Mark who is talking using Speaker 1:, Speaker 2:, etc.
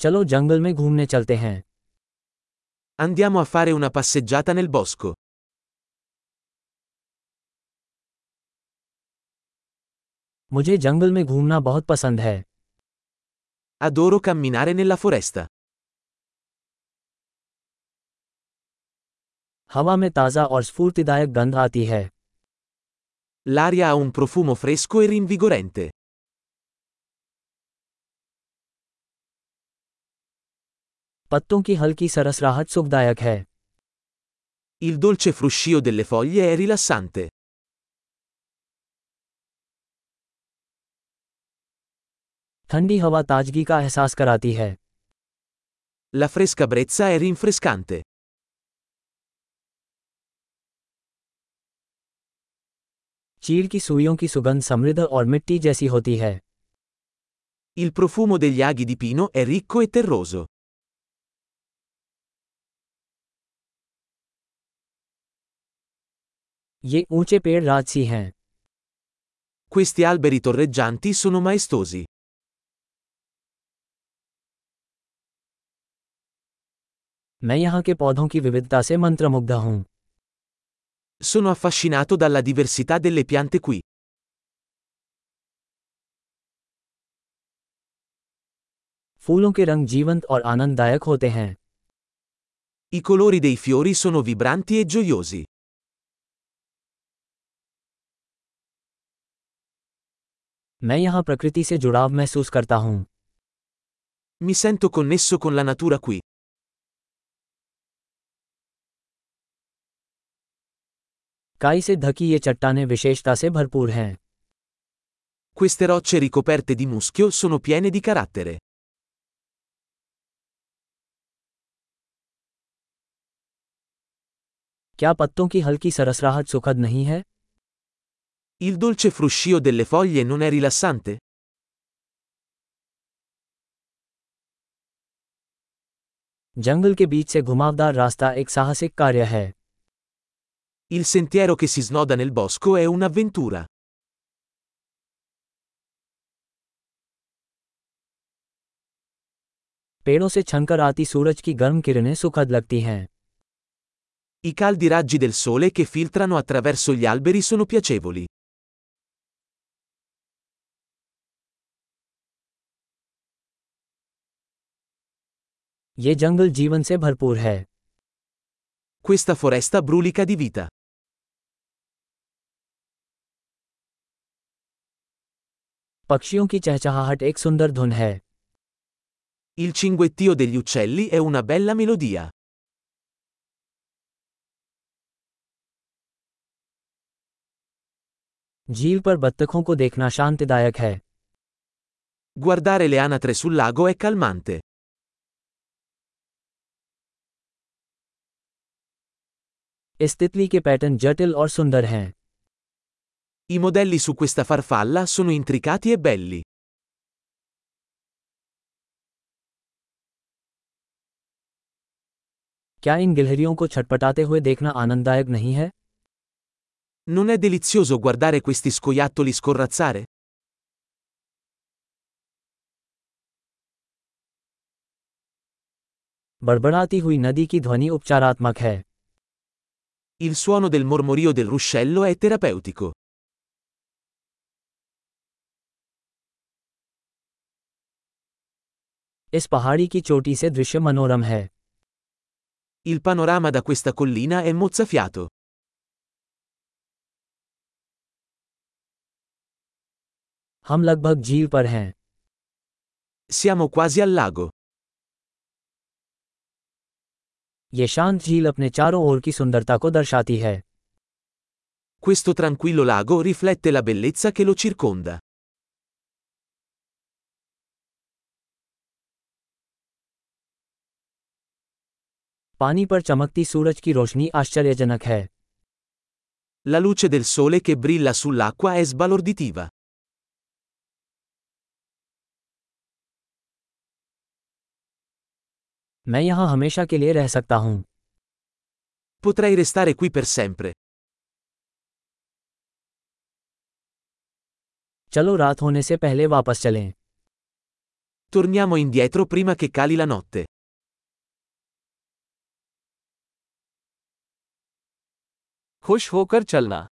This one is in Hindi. Speaker 1: चलो जंगल में घूमने चलते हैं
Speaker 2: Andiamo a fare una passeggiata nel bosco.
Speaker 1: मुझे जंगल में घूमना बहुत पसंद है
Speaker 2: Adoro camminare nella foresta.
Speaker 1: हवा में ताज़ा और स्फूर्तिदायक गंध आती है
Speaker 2: L'aria ha un profumo fresco e rinvigorente.
Speaker 1: पत्तों की हल्की सरसराहट सुखदायक है
Speaker 2: Il dolce fruscio delle foglie è rilassante.
Speaker 1: ठंडी हवा ताजगी का एहसास कराती है
Speaker 2: La fresca brezza è rinfrescante.
Speaker 1: चीड़ की सुइयों की सुगंध समृद्ध और मिट्टी जैसी होती है
Speaker 2: Il profumo degli aghi di pino è ricco e terroso.
Speaker 1: ये ऊंचे पेड़ राजसी हैं
Speaker 2: Questi alberi torreggianti sono maestosi.
Speaker 1: मैं यहाँ के पौधों की विविधता से मंत्रमुग्ध हूँ
Speaker 2: Sono affascinato dalla diversità delle piante qui.
Speaker 1: फूलों के रंग जीवंत और आनंददायक होते हैं
Speaker 2: I colori dei fiori sono vibranti e gioiosi.
Speaker 1: मैं यहाँ प्रकृति से जुड़ाव महसूस करता हूँ
Speaker 2: Mi sento connesso con la natura qui.
Speaker 1: काई से ढकी ये चट्टाने विशेषता से भरपूर हैं
Speaker 2: Queste rocce ricoperte di muschio sono piene di carattere.
Speaker 1: क्या पत्तों की हल्की सरसराहट सुखद नहीं है
Speaker 2: Il dolce fruscio delle foglie non è rilassante?
Speaker 1: जंगल के बीच से घुमावदार रास्ता एक साहसिक कार्य है
Speaker 2: Il sentiero che si snoda nel bosco è un'avventura.
Speaker 1: पेड़ों से छनकर आती सूरज की गर्म किरणें सुखद लगती हैं
Speaker 2: I caldi raggi del sole che filtrano attraverso gli alberi sono piacevoli.
Speaker 1: ये जंगल जीवन से भरपूर है
Speaker 2: Questa foresta brulica di vita.
Speaker 1: पक्षियों की चहचहाहट एक सुंदर धुन है
Speaker 2: Il cinguettio degli uccelli è una bella melodia.
Speaker 1: झील पर बत्तखों को देखना शांतिदायक है
Speaker 2: Guardare le anatre sul lago è calmante.
Speaker 1: इस तितली के पैटर्न जटिल और सुंदर हैं
Speaker 2: I modelli su questa farfalla sono intricati e belli.
Speaker 1: क्या इन गिलहरियों को छटपटाते हुए देखना आनंददायक नहीं है
Speaker 2: Non è delizioso guardare questi scoiattoli scorrazzare?
Speaker 1: बड़बड़ाती हुई नदी की ध्वनि उपचारात्मक है
Speaker 2: Il suono del mormorio del ruscello è terapeutico.
Speaker 1: इस पहाड़ी की चोटी से दृश्य मनोरम है
Speaker 2: Il panorama da questa collina è mozzafiato.
Speaker 1: हम लगभग झील पर हैं
Speaker 2: Siamo quasi al lago.
Speaker 1: ये शांत झील अपने चारों ओर की सुंदरता को दर्शाती है
Speaker 2: Questo tranquillo lago riflette la bellezza che lo circonda.
Speaker 1: पानी पर चमकती सूरज की रोशनी आश्चर्यजनक है
Speaker 2: La luce del sole che brilla sull'acqua è sbalorditiva.
Speaker 1: मैं यहाँ हमेशा के लिए रह सकता हूँ
Speaker 2: Potrei restare qui per sempre.
Speaker 1: चलो रात होने से पहले वापस चलें
Speaker 2: Torniamo indietro prima che cali la notte.
Speaker 3: खुश होकर चलना